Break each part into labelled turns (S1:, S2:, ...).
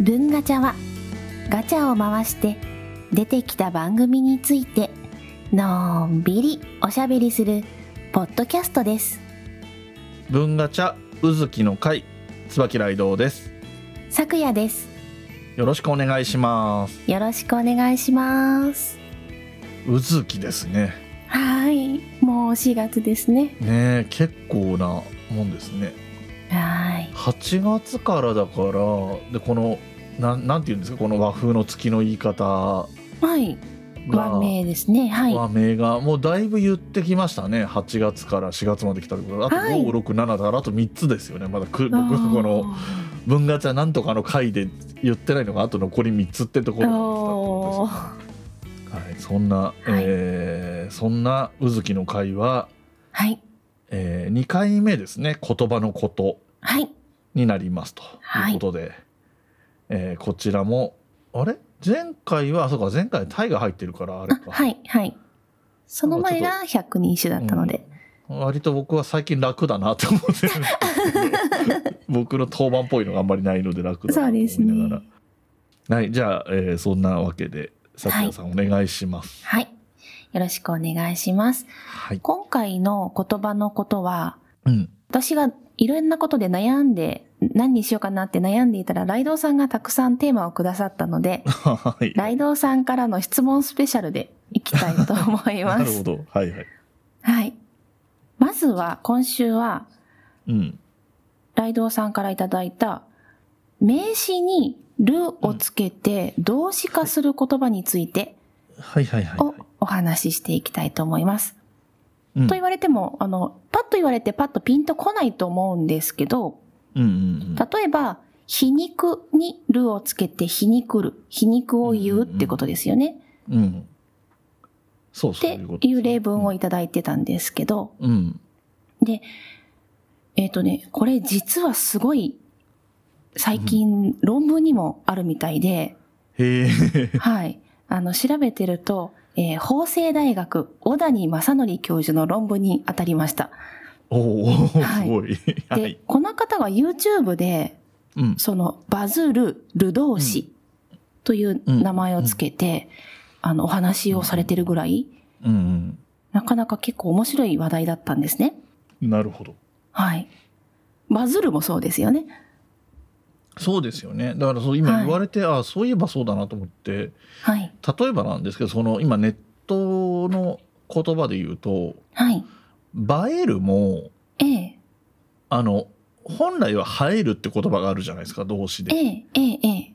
S1: ルンガチャはガチャを回して出てきた番組についてのんびりおしゃべりするポッドキャストです
S2: 文ガチャうずきの会椿雷堂です
S1: さくやです
S2: よろしくお願いします
S1: よろしくお願いします
S2: うずきですね
S1: はいもう4月ですね
S2: ねえ結構なもんですね
S1: はい
S2: 8月からだからでこのなんなんて言うんですかこの和風の月の言い方
S1: はい
S2: が
S1: 和名ですねはい
S2: 和名がもうだいぶ言ってきましたね8月から4月まで来たところあと
S1: はい
S2: 567だからあと3つですよねまだく僕はこの文ガチャなんとかの回で言ってないのがあと残り3つってところ
S1: お
S2: なんですけどはい、そんな、えーそんな「うずきの会は」
S1: はい
S2: え2回目ですね「言葉のこと
S1: はい」
S2: になりますと
S1: はい
S2: いうことで、えーこちらもあれ前回はあそうか前回タイが入ってるからあれ
S1: あ
S2: か、
S1: はいはいその前が百人一首だったので、
S2: 割と僕は最近楽だなと 思ってるんですけど僕の当番っぽいのがあんまりないので楽だな
S1: そう
S2: と思
S1: です
S2: いな
S1: ね
S2: がら。はい、じゃあ、えーそんなわけで、さきやさん、お願いします。
S1: はいよろしくお願いします
S2: はい。
S1: 今回の言葉のことは
S2: うん。、
S1: 私がいろんなことで悩んで、何にしようかなって悩んでいたら、ライドウさんがたくさんテーマをくださったので
S2: はい。
S1: ライドウさんからの質問スペシャルでいきたいと思い
S2: な
S1: ま
S2: るほ
S1: す。
S2: ど。はいはい。
S1: はい。まずは、今週は、
S2: うん。
S1: ライドウさんからいただいた、名詞にるをつけて動詞化する言葉について
S2: はいはいはい、
S1: を
S2: はい。
S1: お話ししていきたいと思います。
S2: うん
S1: と言われても、あの、パッと言われてパッとピンとこないと思うんですけど、
S2: うんうん
S1: 例えば、皮肉にるをつけて皮肉る、皮肉を言うってことですよね。
S2: うん。うん。そうそうい
S1: っ
S2: うこと
S1: てい
S2: ですね、
S1: う例文を
S2: うん
S1: いただいてたんですけど、
S2: うん。
S1: で、えっ、とね、これ実はすごい、最近論文にもあるみたいで、
S2: へえ。
S1: はい。あの、調べてると、えー法政大学小谷正則教授の論文に当たりました。
S2: おお、す
S1: はい
S2: ごい。は
S1: で、
S2: い。
S1: この方が YouTube で、
S2: うん。
S1: そのバズるル同士という名前をつけて、あの、お話をされてるぐらい、
S2: うん
S1: なかなか結構面白い話題だったんですね。
S2: うん。なるほど。
S1: はい。バズるもそうですよね。
S2: そうですよね。だからそう今言われて、ああ、そういえばそうだなと思って、
S1: はい。
S2: 例えばなんですけど、その今ネットの言葉で言うと、
S1: はい。
S2: 映えるも、
S1: ええ、
S2: あの、本来は映えるって言葉があるじゃないですか、動詞で
S1: え。え、ええ、ええ。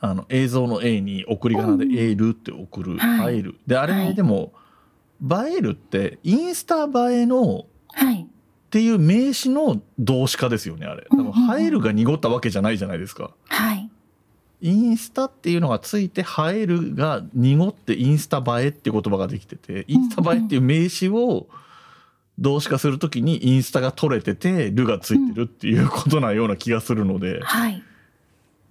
S2: あの映像の A に送り仮名で
S1: うん
S2: 「える」って送る「
S1: はい
S2: 映える」であれ、
S1: はい
S2: でも「映える」ってインスタ映えの
S1: はい。
S2: っていう名詞の動詞化ですよねあれ。
S1: う
S2: 多
S1: んうんうん
S2: 分映える」が濁ったわけじゃないじゃないですか。
S1: はい。
S2: インスタっていうのがついて「映える」が濁って「インスタ映え」って言葉ができてて「インスタ映え」っていう名詞を動詞化するときにインスタが取れてて「る」がついてるっていうことなような気がするので。
S1: はい。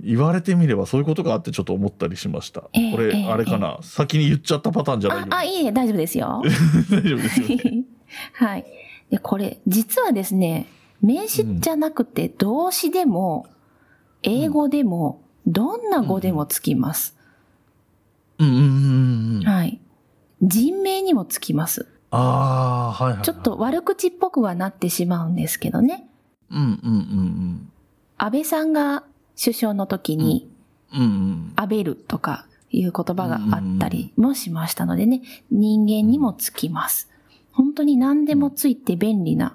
S2: 言われてみればそういうことがあってちょっと思ったりしました。
S1: ええ
S2: これ、
S1: ええ
S2: あれかな、先に言っちゃったパターンじゃない
S1: あ
S2: よ、
S1: あ、いいえ、大丈夫ですよ。
S2: 大丈夫で すよね。
S1: はい。で、これ、実はですね、名詞じゃなくて動詞でも、英語でも、どんな語でもつきます。
S2: うんうんうんうん。あ
S1: はい。人名にもつきます。
S2: あー、はいはい、はい。
S1: ちょっと、悪口っぽくはなってしまうんですけどね。
S2: うんうんうん
S1: 安倍さんが首相の時に、
S2: うん。うんうん。
S1: 安倍るとかいう言葉があったりもしましたのでね、人間にもつきます。本当に何でもついて便利な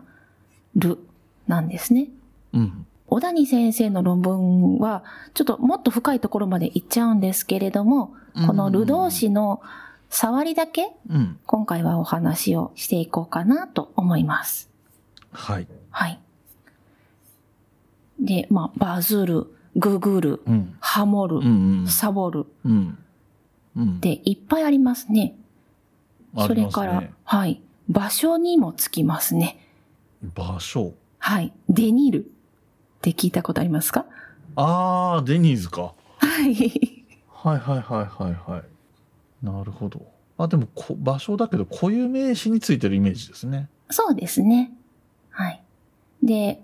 S1: るなんですね。
S2: うん。
S1: 小谷先生の論文は、ちょっともっと深いところまで行っちゃうんですけれども、このル同士の触りだけ、
S2: うん。
S1: 今回はお話をしていこうかなと思います。
S2: はい。
S1: はい。で、まあ、バズる、ググる、
S2: うん。
S1: ハモ
S2: うんう
S1: る、
S2: ん。
S1: サボる
S2: うん。うん。
S1: っていっぱいありますね。
S2: あ
S1: それ
S2: ります
S1: か
S2: ね
S1: ら、はい。場所にもつきますね。
S2: 場所。
S1: はい。デニールって聞いたことありますか
S2: ああ、デニーズか。
S1: はい。
S2: はいはいはいはいはい。なるほど。あ、でもこ、場所だけど、固有名詞についてるイメージですね。
S1: そうですね。はい。で、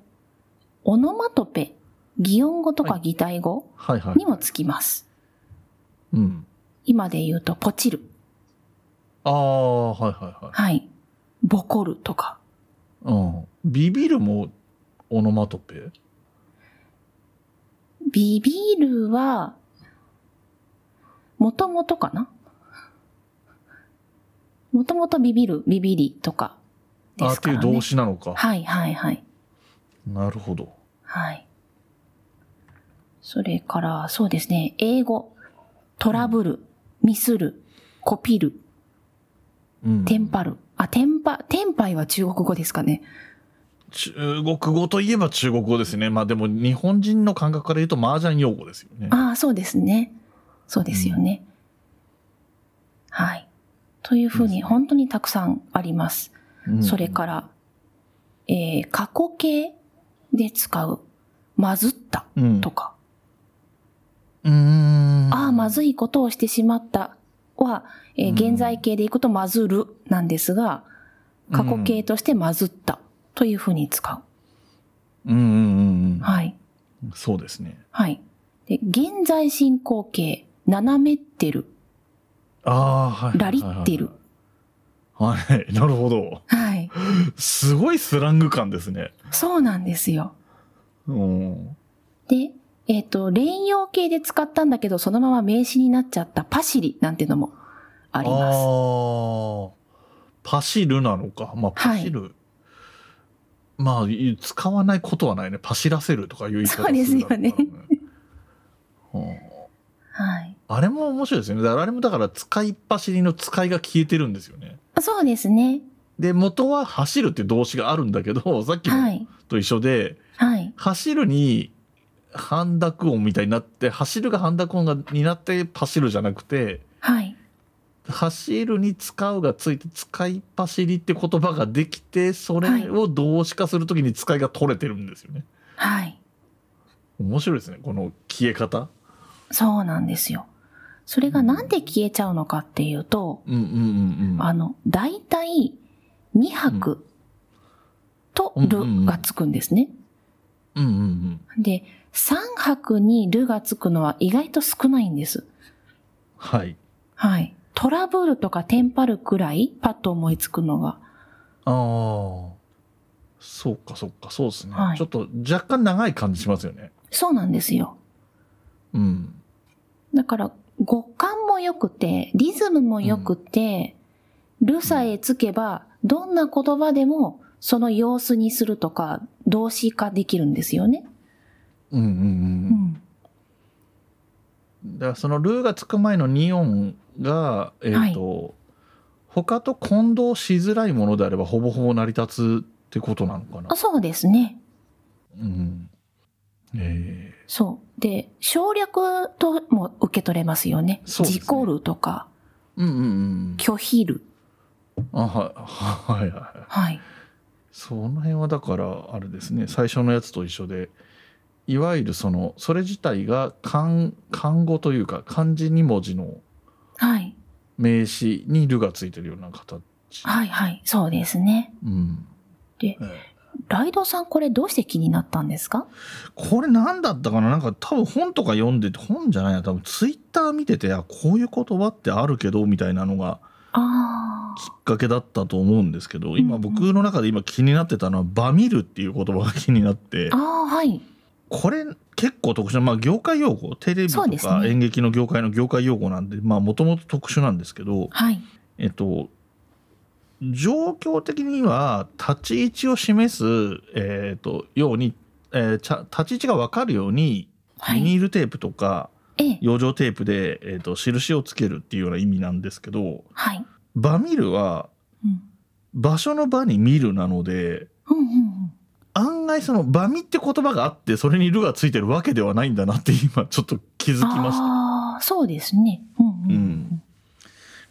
S1: オノマトペっ擬音語とか擬態語
S2: はいはい。
S1: にもつきます。
S2: うん。
S1: 今で言うと、ポチる。
S2: ああ、はいはいはい。
S1: はい。ボコるとか。
S2: うん。ビビるもオノマトペ
S1: ビビるは、もともとかなもともとビビる、ビビりとかで
S2: あ
S1: す
S2: って
S1: か
S2: い
S1: ら、
S2: う
S1: ね。
S2: 動詞なのか。
S1: はいはいはい。
S2: なるほど。
S1: はい。それから、そうですね。英語。トラブル。ミスる。コピる。
S2: うん。
S1: テンパる。あ、テンパ、テンパイは中国語ですかね。
S2: 中国語といえば中国語ですね。まあでも日本人の感覚から言うと麻雀用語ですよね。
S1: ああ、そうですね。そうですよね。はい。というふう
S2: です
S1: に、
S2: ね
S1: 本当にたくさんあります。
S2: うん
S1: それから、えー、過去形で使う。まずった
S2: うん
S1: とか。
S2: うーん。
S1: ああ、まずいことをしてしまったは、えー
S2: うん
S1: 現在形でいくとまずるなんですが、過去形としてまずったというふうに使
S2: うんうんうん
S1: う。はい。
S2: うん。そうですね。
S1: はい。で、現在進行形、斜めってる、
S2: ああ、はいはい
S1: ラ
S2: はい
S1: リ
S2: はい。
S1: ってる。
S2: はい。 なるほど。
S1: はい。
S2: すごいスラング感ですね。
S1: そうなんですよ。
S2: うん。
S1: で、えっ、と、連用形で使ったんだけど、そのまま名詞になっちゃったパシリなんてのもあ
S2: あ
S1: ります。
S2: ーパシルなのか。ま
S1: は
S2: あ、パ
S1: い
S2: シル。まあ、い使わないことはないね。パシらせるとかいう言い方
S1: そうですよ
S2: るだろ
S1: ね
S2: うね。うん
S1: はい。
S2: あれも面白いですよね。だからあれもだから使いっ走りの使いが消えてるんですよね。
S1: あそうですね。
S2: で、元は走るっていう動詞があるんだけど、 さっき
S1: は
S2: の
S1: い。
S2: と一緒で、
S1: はい。
S2: 走るに半濁音みたいになって、走るが半濁音がになって走るじゃなくて、
S1: はい。
S2: 走るに使うがついて使いっ走りって言葉ができて、それを動詞化するときに使いが取れてるんですよね。
S1: はい。
S2: 面白いですね。この消え方。
S1: そうなんですよ。それがなんで消えちゃうのかっていうと、
S2: うんうんうんうん。
S1: あの、大体、2泊とるがつくんですね。
S2: うんうんうん。
S1: で、3泊にるがつくのは意外と少ないんです。
S2: はい。
S1: はい。トラブルとかテンパるくらい、パッと思いつくのが。
S2: ああ。そうか、そうか、そうですね、
S1: はい
S2: ちょっと若干長い感じしますよね。
S1: そうなんですよ。
S2: うん。
S1: だから、語感も良くて、リズムも良くて、るさえつけば、どんな言葉でも、その様子にするとか、動詞化できるんですよね。
S2: うんうん
S1: う
S2: うん。
S1: ん。
S2: だからそのルーがつく前の2音が、えっ、と、他と混同しづらいものであればほぼほぼ成り立つってことなのかな
S1: あ。そうですね。
S2: うん。え
S1: そう。で、省略とも受け取れますよね。
S2: そうですね
S1: 事故るとか、
S2: えうんうんうん。
S1: 拒否る。
S2: あ、はい、はいはいはい。
S1: はい。
S2: その辺はだからあれですね最初のやつと一緒でいわゆるそのそれ自体が漢漢語というか漢字2文字の
S1: はい。
S2: 名詞に「る」がついてるような形、
S1: はいはい。そうですね。
S2: うん、
S1: で
S2: ええ
S1: ライドさん、これどうして気になったんですか
S2: これ何だったかななんか多分本とか読んでて本じゃないな多分ツイッター見ててあこういう言葉ってあるけどみたいなのが
S1: あ
S2: きっかけだったと思うんですけど今
S1: うんうん
S2: 僕の中で今気になってたのは「バミる」っていう言葉が気になって
S1: あ。あ。あ、はい。
S2: これ結構特殊な、まあ、業界用語テレビと
S1: そうです
S2: か
S1: ね
S2: 演劇の業界の業界用語なんでまあもともと特殊なんですけど、
S1: はい。
S2: えっと、状況的には立ち位置を示す、えっとように、えーちゃ立ち位置が分かるように
S1: は
S2: ビ
S1: い。
S2: ニールテープとか
S1: ええ。
S2: 養生テープで、えっと印をつけるっていうような意味なんですけど
S1: はい。
S2: 場見るは
S1: うん。
S2: 場所の場に見るなので
S1: うんうんうん。
S2: 案外その「バミ」って言葉があってそれに「る」がついてるわけではないんだなって今ちょっと気づきました
S1: ああ、そうですね。うんうん。
S2: うん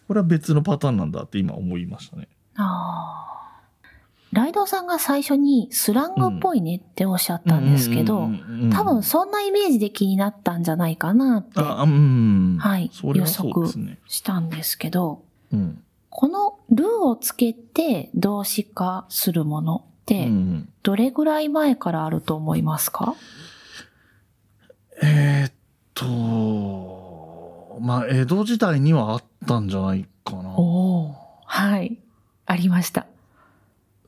S2: これは別のパターンなんだって今思いましたね
S1: ああ。ライドさんが最初にスラングっぽいねっておっしゃったんですけど、多分そんなイメージで気になったんじゃないかなって
S2: あうんうんうん
S1: はい
S2: それはそうですね
S1: したんですけど、
S2: うん
S1: このルーをつけて動詞化するものっ
S2: うんう
S1: て、
S2: ん
S1: どれぐらい前からあると思いますか
S2: えーっとまあ江戸時代にはあったんじゃないかな
S1: おーはい。ありました。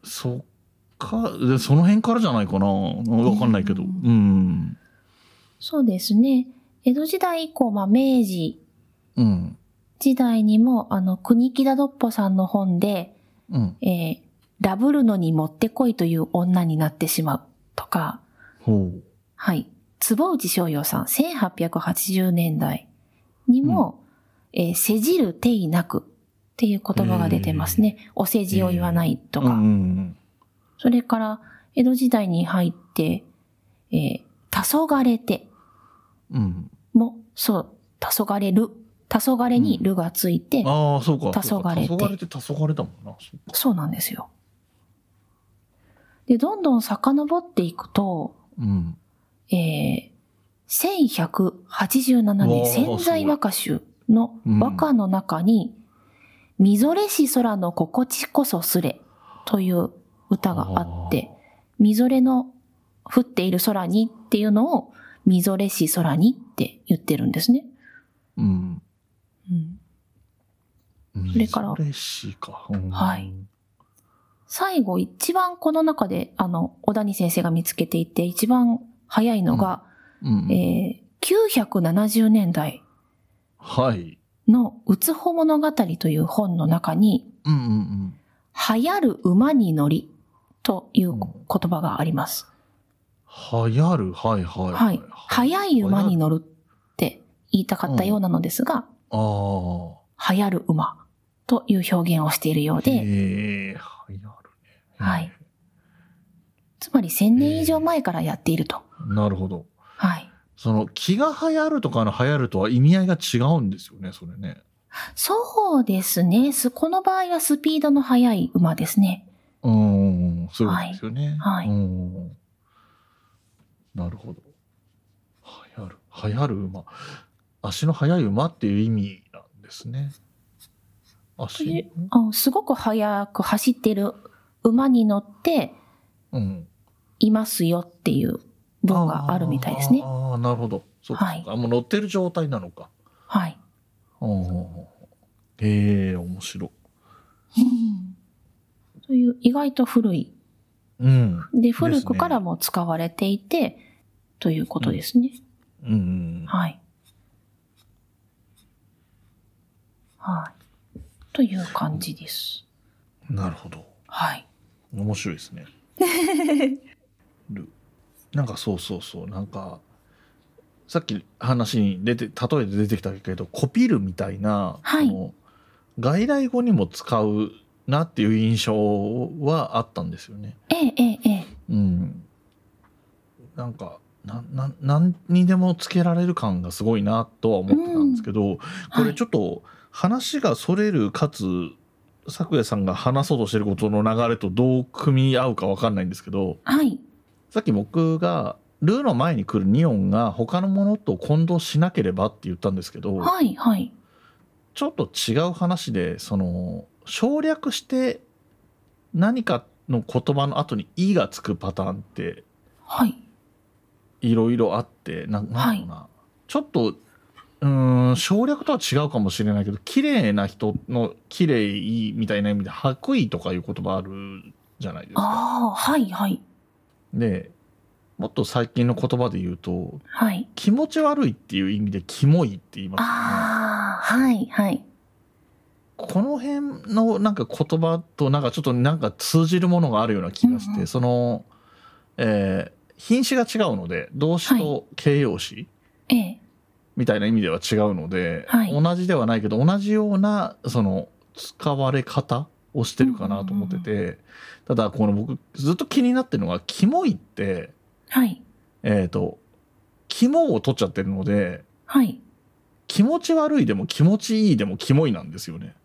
S2: そっかでその辺からじゃないかなわかんないけど
S1: う
S2: うんん
S1: そうですね。江戸時代以降、まあ、明治
S2: うん
S1: 時代にも、あの、国木田どっぽさんの本で、
S2: うん
S1: えーダブるのにもってこいという女になってしまうとか、
S2: ほう
S1: はい。坪内翔陽さん、1880年代にも、えーせじるていなくっていう言葉が出てますね。お世辞を言わないとか。
S2: うんうん
S1: それから、江戸時代に入って、えー、黄昏て
S2: うんうん
S1: も、そう、黄昏る。黄昏にるがついて、
S2: ああそうか
S1: 黄昏て
S2: そうか黄昏って黄昏だもんなそっか
S1: そうなんですよ。で、どんどん遡っていくと、
S2: うん
S1: えー、1187
S2: わ
S1: 年、
S2: あ
S1: 潜在和歌集の和歌の中に、みぞれし空の心地こそすれという歌があって、みぞれの降っている空にっていうのを、みぞれし空にって言ってるんですね。
S2: うん
S1: うんそれから
S2: 嬉しいか、うん
S1: はい最後、一番この中で、あの、小谷先生が見つけていて、一番早いのが、
S2: うん
S1: えー970年代
S2: はい
S1: のうつほ物語という本の中に、
S2: うんうんうん
S1: 流行る馬に乗りという
S2: うん
S1: 言葉があります。
S2: 流行るはいはい
S1: はい。速い馬に乗るって言いたかったようなのですが、
S2: ああ
S1: 流行る馬という表現をしているようで、
S2: へえ流行るね
S1: はいつまり1000年以上前からやっていると。
S2: なるほど
S1: はい。
S2: その気が流行るとかの流行るとは意味合いが違うんですよねそれね
S1: そうですね。すこの場合はスピードの速い馬ですね。
S2: うんうんそういうことですよね
S1: はいはい
S2: うんうんうんなるほど流行る流行る馬足の速い馬っていう意味なんですね
S1: とい
S2: 足
S1: あすごく速く走っている馬に乗って
S2: うん
S1: いますよっていう文があるみたいですね。
S2: ああ、なるほど。そうか、
S1: はい
S2: そうかもう乗ってる状態なのか。
S1: はい。
S2: へえ、面白い。
S1: という意外と古い。
S2: うん。
S1: で、
S2: ね
S1: 古くからも使われていて、ということですね。
S2: うんうん。
S1: はい。はい。という感じです。
S2: なるほど。
S1: はい。
S2: 面白いです ね。るなんかそうそうそう、なんか、さっき話に出て、例えで出てきたけど、コピルみたいな、
S1: はい
S2: その外来語にも使うなっていう印象はあったんですよね。
S1: ええええええ。
S2: うん、なんかなな何にでもつけられる感がすごいなとは思ってたんですけど、こ
S1: は
S2: れ
S1: い
S2: ちょっと話がそれるかつ咲夜さんが話そうとしてることの流れとどう組み合うか分かんないんですけど
S1: はい。
S2: さっき僕が「ルーの前に来るニオンが他のものと混同しなければ」って言ったんですけど、
S1: はい。はい。
S2: ちょっと違う話でその省略して何かの言葉の後に「い」がつくパターンって
S1: はい。
S2: いろいろあってななんだろうな、ちょっとうーん省略とは違うかもしれないけど綺麗な人の綺麗みたいな意味で白衣とかいう言葉あるじゃないですか。
S1: ああ、はい。はい。
S2: でもっと最近の言葉で言うと
S1: はい。
S2: 気持ち悪いっていう意味でキモいって言いますよね。
S1: ああ、はい。はい。
S2: この辺のなんか言葉となんかちょっとなんか通じるものがあるような気がして、
S1: うんうん
S2: その、えー品詞が違うので動詞と形容詞、
S1: ええ。
S2: みたいな意味では違うので、
S1: はい
S2: 同じではないけど同じようなその使われ方をしてるかなと思ってて、ただこの僕ずっと気になってるのが「キモい」って
S1: はい。
S2: えっ、と「キモ」を取っちゃってるので
S1: はい。
S2: 「気持ち悪い」でも「気持ちいい」でも「キモい」なんですよね。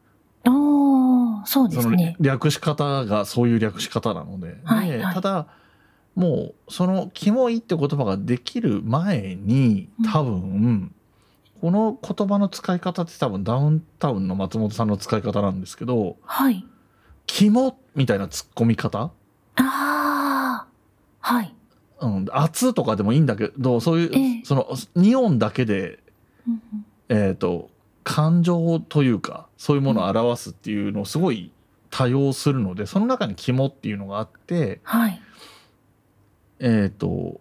S1: ああ、そうで
S2: そ
S1: す
S2: の
S1: ね。
S2: 略し方がそういう略し方なので,で、
S1: はいはい
S2: ただもうその「キモい」って言葉ができる前に多分、この言葉の使い方って多分ダウンタウンの松本さんの使い方なんですけど
S1: はい。
S2: 「キモ」みたいな突っ込み方
S1: ああ、はい。
S2: うん、圧とかでもいいんだけどそういう、
S1: ええ
S2: その2音だけで、
S1: うんうん
S2: えー、と感情というかそういうものを表すっていうのをすごい多用するのでその中に肝っていうのがあって、
S1: はい。
S2: えー、と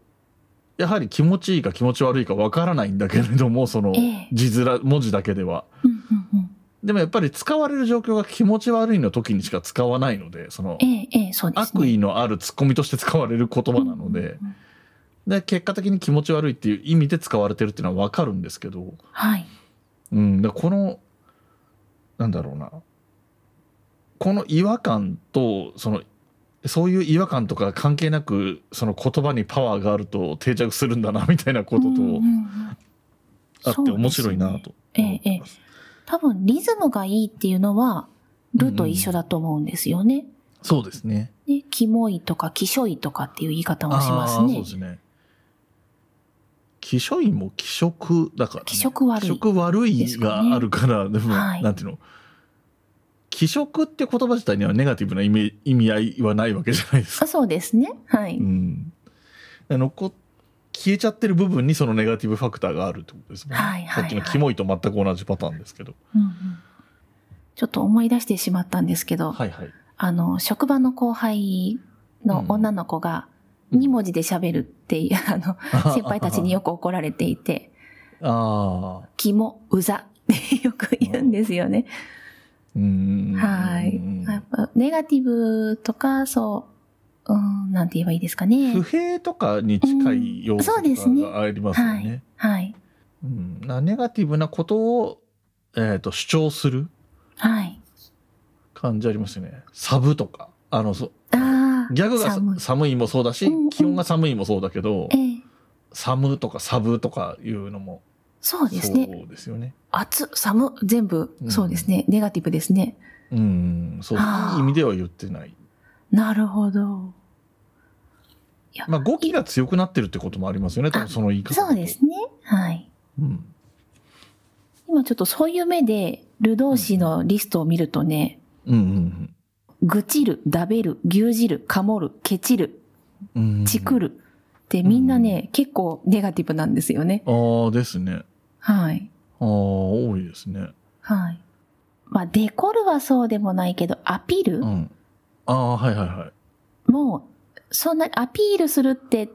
S2: やはり気持ちいいか気持ち悪いかわからないんだけれどもその
S1: ええ
S2: 字面文字だけでは。
S1: うんうんうん。
S2: でもやっぱり使われる状況が気持ち悪いの時にしか使わないのでその
S1: ええ、ええ、そうですね。
S2: 悪意のあるツッコミとして使われる言葉な
S1: うん
S2: の
S1: うん
S2: で
S1: うん
S2: で結果的に気持ち悪いっていう意味で使われてるっていうのはわかるんですけど、
S1: はい。
S2: うん、だからこのなんだろうなこの違和感とそのそういう違和感とか関係なくその言葉にパワーがあると定着するんだなみたいなことと
S1: うんうんうん
S2: あって面白いなと思ってます。
S1: 多分リズムがいいっていうのは、ルと一緒だと思うんですよね。
S2: そうですね。
S1: ね、キモいとか、キショイとかっていう言い方もします
S2: あーそう
S1: ね
S2: で。すね。気色いも気色だから、ね。
S1: 気色悪い
S2: 気色悪いがあるから、でも、
S1: はい
S2: なんていうの。気色って言葉自体にはネガティブな意味意味合いはないわけじゃないですか。。
S1: あそうですね。はいう
S2: ん。で残っ消えちゃってる部分にそのネガティブファクターがあるってことですね。
S1: はいはいはい
S2: さっきのキモいと全く同じパターンですけど。
S1: うんうんちょっと思い出してしまったんですけど、
S2: はいはい。
S1: あの、職場の後輩の女の子が、
S2: うん
S1: 2文字で喋るっていう、あの、 先輩たちによく怒られていて、
S2: ああ。
S1: キモ、うざってよく言うんですよね。
S2: うん。
S1: はいやっぱネガティブとか、そう、うん、なんて言えばいいですか
S2: 不
S1: ね。
S2: 平とかに近い要素
S1: うんそうですね
S2: とかがありますよね。
S1: はいはい。
S2: うん、なネガティブなことを、えー、と主張する
S1: はい。
S2: 感じありますよね。サブとか。あのそ
S1: ああ。
S2: ギャグがさ
S1: 寒
S2: 寒
S1: い
S2: いもそうだし、
S1: うんうん
S2: 気温が寒いもそうだけど、
S1: ええ。
S2: 寒とかサブとかいうのも
S1: そう
S2: そ
S1: ですね。
S2: うですよね。
S1: 暑、寒、全部、
S2: うん
S1: そうですね。ネガティブですね。
S2: うん、そう
S1: あー
S2: いい意味では言ってない。
S1: なるほど。
S2: まあ語気が強くなってるってこともありますよね。多分その言い方だと
S1: そうですね。はい。
S2: うん。
S1: 今ちょっとそういう目で、ル動詞のリストを見るとね、
S2: うんうん
S1: 愚痴る、だべる、牛耳る、かもる、ケチる、
S2: うん。うん
S1: チクるってみんなね、結構ネガティブなんですよね。
S2: ああですね。
S1: はい。
S2: ああ多いですね。
S1: はい。まあ、デコルはそうでもないけど、アピール、
S2: うん。ああはいはいはい。
S1: もう、そんな、アピールするって、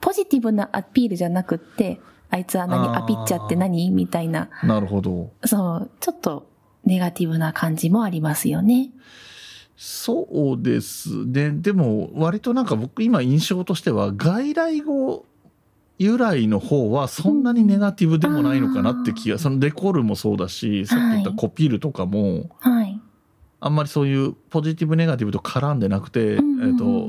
S1: ポジティブなアピールじゃなくって、あいつは何、
S2: あー
S1: アピっちゃって何みたいな、
S2: なるほど。
S1: そう、ちょっと、ネガティブな感じもありますよね。
S2: そうですね。でも、割となんか僕今印象としては、外来語由来の方はそんなにネガティブでもないのかなって気が、そのデコールもそうだし、さっき言ったコピールとかも、
S1: はい。
S2: あんまりそういうポジティブネガティブと絡んでなくて、えっ、と、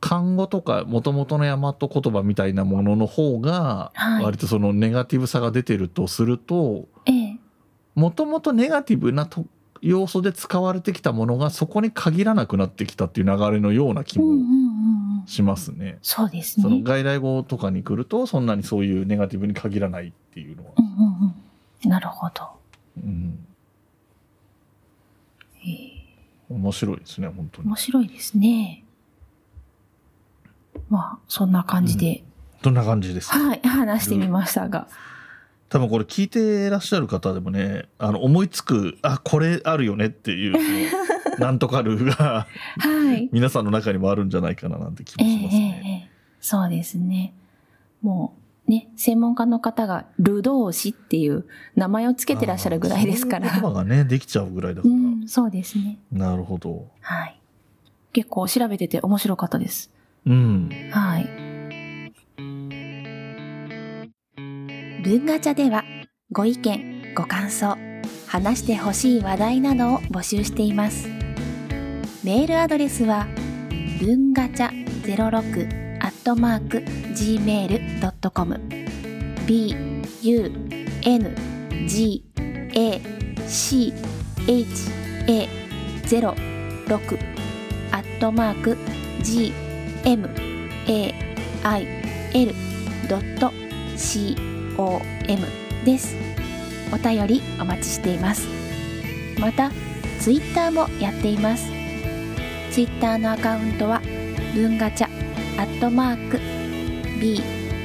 S2: 漢語とか元々の大和言葉みたいなものの方が、
S1: はい
S2: 割とそのネガティブさが出てるとすると、
S1: ええ。
S2: もともとネガティブなと要素で使われてきたものがそこに限らなくなってきたっていう流れのような気
S1: うんうんうん
S2: も
S1: うん。
S2: しますね。
S1: そうですね。
S2: そうの
S1: ん
S2: 外来語とかに来るとそんなにそういうネガティブに限らないっていうのは。
S1: うんうん。なるほど。
S2: うん
S1: ええ
S2: 面白いですね本当に
S1: 面。白いですね。まあ、そんな感じで、
S2: どんな感じですか
S1: はい、話してみましたが。
S2: 多分これ聞いてらっしゃる方でもねあの思いつくあこれあるよねっていうそ のなんとかるが
S1: はい。
S2: 皆さんの中にもあるんじゃないかななんて気
S1: え
S2: も
S1: え
S2: します
S1: え
S2: ね。
S1: えええそうですね。もう、ね、専門家の方が、ルドーシっていう名前をつけてらっしゃるぐらいですか
S2: あーそうい
S1: ら。
S2: う言葉がねできちゃうぐらいだか
S1: う
S2: ら。
S1: ん、そうですね。
S2: なるほど。
S1: はい。結構調べてて面白かったです。
S2: うん。
S1: はい。文ガチャではご意見、ご感想、話してほしい話題などを募集しています。メールアドレスは文ガチャ06アットマーク gmail.com b u n g a c h a 06アットマーク g mail.com です。お便りお待ちしています。また、ツイッターもやっています。ツイッターのアカウントは、文ガチャ、アットマーク、 B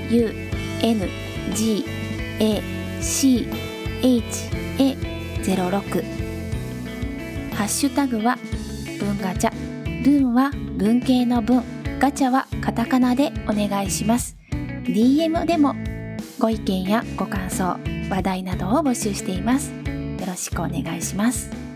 S1: U N G A C H A 06ハッシュタグは文ガチャ文は文系の文ガチャはカタカナでお願いします DM でもご意見やご感想話題などを募集していますよろしくお願いします